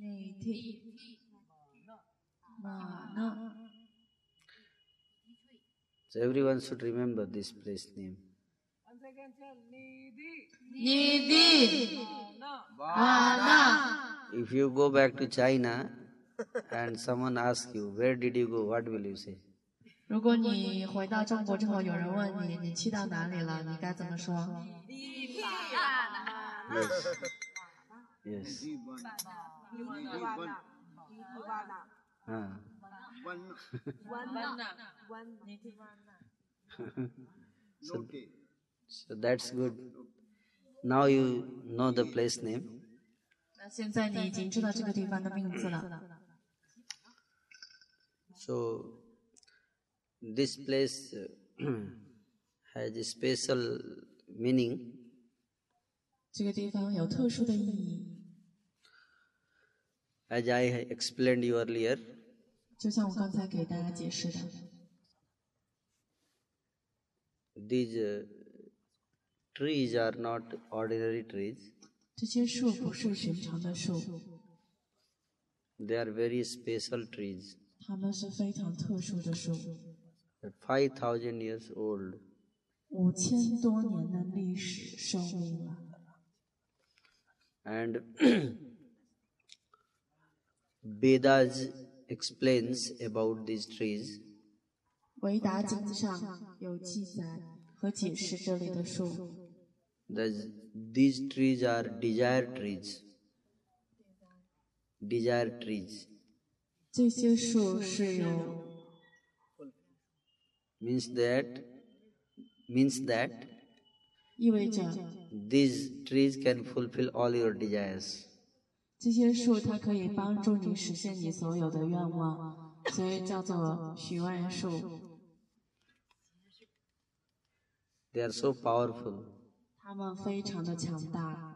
体，马啊那。 So everyone should remember this place name. Once again, tell Nidhi. 尼地 Mana. 瓦啊那。 If you go back to China and someone asks you, where did you go, what will you say? 如果你回到中国之后，有人问你你去到哪里了，你该怎么说？ Yes. Yes. Ah. so, so that's good. Now you know the place name. 那现在你已经知道这个地方的名字了。 So this place uh, has a special meaning. 这个地方有特殊的意义， As I explained you earlier, 就像我刚才给大家解释的， these uh, trees are not ordinary trees. 这些树不是寻常的树， They are very special trees. 它们是非常特殊的树， They're 5,000 years old. 五千多年的历史寿命了。 And Vedas explains about these trees. 维达经上有记载和解释这里的树， The, these trees are desire trees. Desire trees 这些树是有 means that means that 意味着 these trees can fulfill all your desires. 这些树它可以帮助你实现你所有的愿望，所以叫做许愿树。 They are so powerful. 它们非常的强大。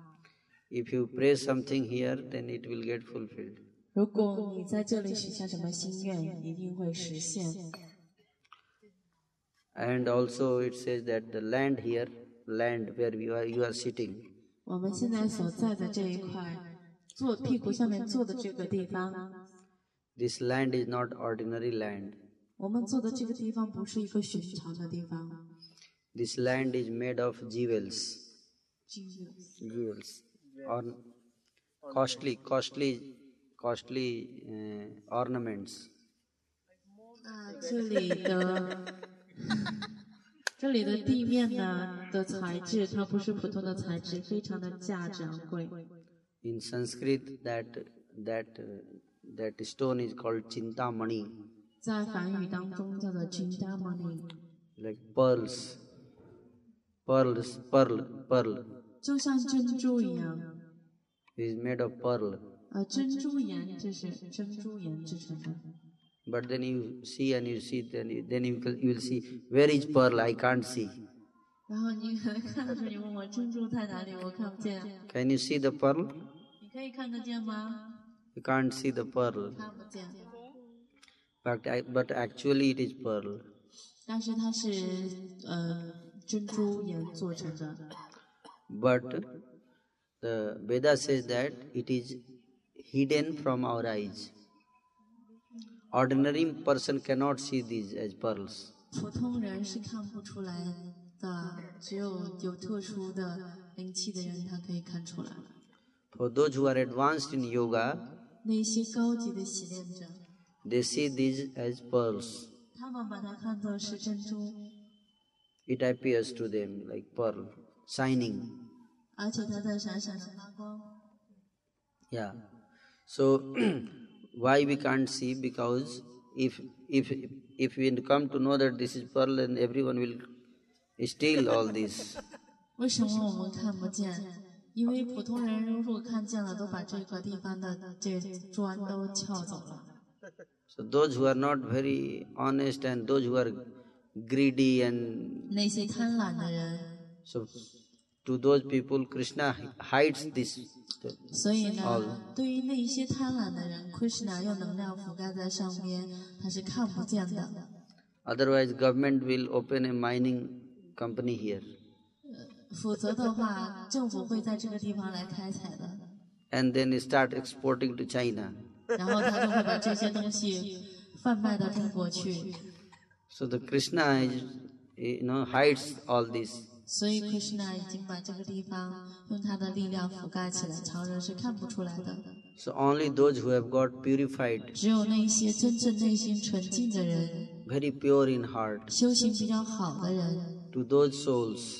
If you pray something here, then it will get fulfilled. 如果你在这里许下什么心愿，一定会实现。 And also it says that the land here, land where you are you are sitting, 我们现在所在的这一块，坐屁股下面坐的这个地方， this land is not ordinary land. 我们坐的这个地方不是一个寻常的地方。 This land is made of jewels, jewels, or costly, costly, costly uh, ornaments. 那啊这里的这里的地面呢的材质，它不是普通的材质，非常的价值昂贵。 In Sanskrit, that that uh, that stone is called chintamani, 在梵语当中叫做 chintamani， like pearls, pearls, pearl, pearl. 就像珍珠一样。 It is made of pearl. 呃，珍珠岩这是珍珠岩制成的。 But then you see and you see, then you, then you, will- you will see where is pearl. I can't see. 然后你可能看的时候，你问我珍珠在哪里，我看不见。 Can you see the pearl? 你可以看得见吗？ You can't see the pearl, 看不见。 but I, but actually it is pearl. 但是它是呃珍珠岩做成的。 But the Veda says that it is hidden from our eyes. Ordinary person cannot see these as pearls. 普通人是看不出来的，只有有特殊的灵气的人，他可以看出来。 For those who are advanced in yoga, 那些高级的习练者， they see these as pearls. 他们把它看作是珍珠， It appears to them like pearl, shining. 而且它在闪闪的发光。 Yeah. So why we can't see? Because if if if we come to know that this is pearl, then everyone will steal all this. 为什么我们看不见？因为普通人如果看见了，都把这个地方的这砖都撬走了。 So those who are not very honest and those who are greedy and 那些贪婪的人， so to those people Krishna hides this. 所以呢，对于那一些贪婪的人，Krishna 用能量覆盖在上面，他是看不见的。 Otherwise, government will open a mining company here, 否则的话，政府会在这个地方来开采的， and then start exporting to China. 然后他就会把这些东西贩卖到中国去。 So the Krishna is, you know, hides all this. 所以 Krishna 已经把这个地方用他的力量覆盖起来，常人是看不出来的。 So only those who have got purified, 只有那些真正内心纯净的人， very pure in heart, 修行比较好的人， to those souls,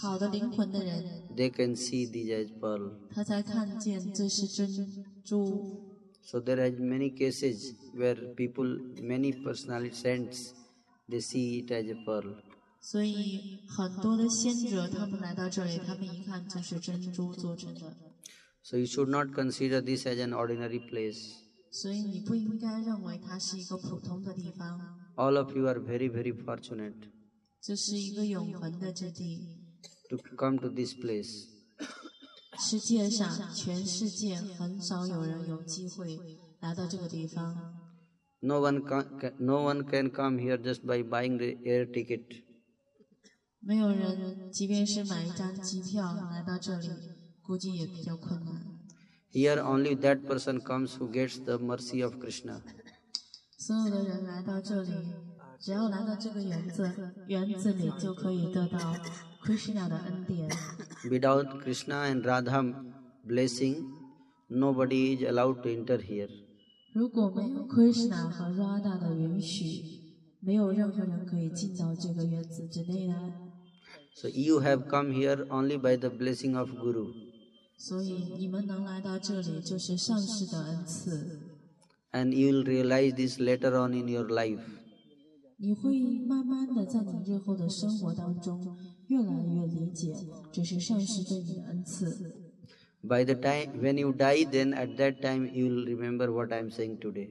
好的灵魂的人， they can see these as pearl. 他才看见这是珍珠。 So there are many cases where people, many personality saints, they see it as a pearl. 所以很多的先者，他们来到这里，他们一看就是珍珠做成的。 So you should not consider this as an ordinary place. 所以你不应该认为它是一个普通的地方， All of you are very, very fortunate 这是一个永恒的之地。 to come to this place. 世界上，全世界很少有人有机会来到这个地方， No one, can, ca- no one can come here just by buying the air ticket. 没有人，即便是买一张机票来到这里，估计也比较困难。 Here only that person comes who gets the mercy of Krishna. 所有的人来到这里，只要来到这个园子，园子里就可以得到 Krishna 的恩典。 Without Krishna and Radha blessing, nobody is allowed to enter here. 如果没有 Krishna 和 Radha 的允许，没有任何人可以进到这个园子之内来。 So you have come here only by the blessing of Guru. 所以你们能来到这里，就是上师的恩赐。 And you will realize this later on in your life. 你会慢慢的在你日后的生活当中越来越理解，这是上师对你的恩赐。 By the time when you die, then at that time you will remember what I am saying today.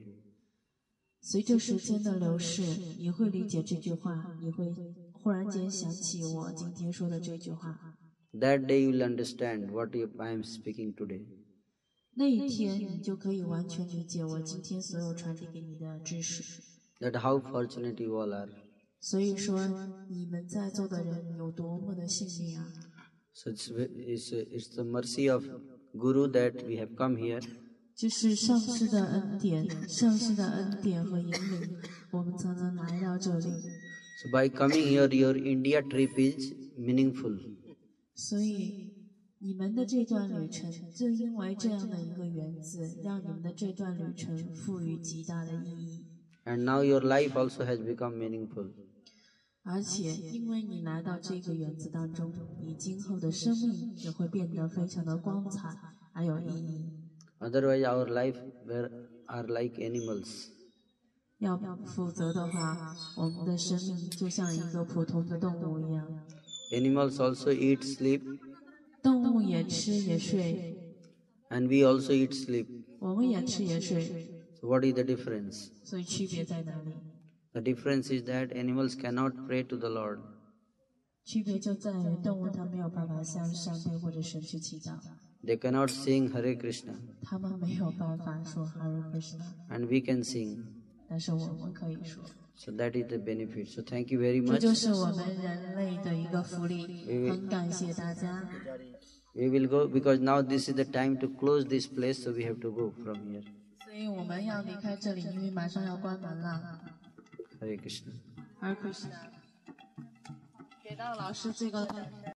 随着时间的流逝，你会理解这句话，你会忽然间想起我今天说的这句话。 That day you will understand what you- I am speaking today. 那一天，你就可以完全理解我今天所有传递给你的知识。 That how fortunate you all are. 所以说，你们在座的人有多么的幸运啊！ So it's, ve- it's, it's the mercy of Guru that we have come here. 这是上师的恩典，上师的恩典和引领，我们才能来到这里。 So by coming here, your India trip is meaningful. 所以，你们的这段旅程，正因为这样的一个原子，让你们的这段旅程赋予极大的意义。 And now your life also has become meaningful. 而且，因为你来到这个园子当中，你今后的生命也会变得非常的光彩，还有意义。 Otherwise, our life were, are like animals. 要否则的话，我们的生命就像一个普通的动物一样， Animals also eat, sleep, 动物也吃也睡， and we also eat, sleep. 我们也吃也睡， So what is the difference? 所以区别在哪里？ The difference is that animals cannot pray to the Lord. 区别就在于动物它没有办法向上帝或者神去祈祷， They cannot sing Hare Krishna, 它们没有办法说 Hare Krishna， and we can sing. 但是我们可以说， So that is the benefit. So thank you very 这 much. 就是我们人类的一个福利，很感谢大家。 We will go because now this is the time to close this place, so we have to go from here. 所以我们要离开这里，因为马上要关门了。 Hare Krishna. Hare Krishna，给到老师这个。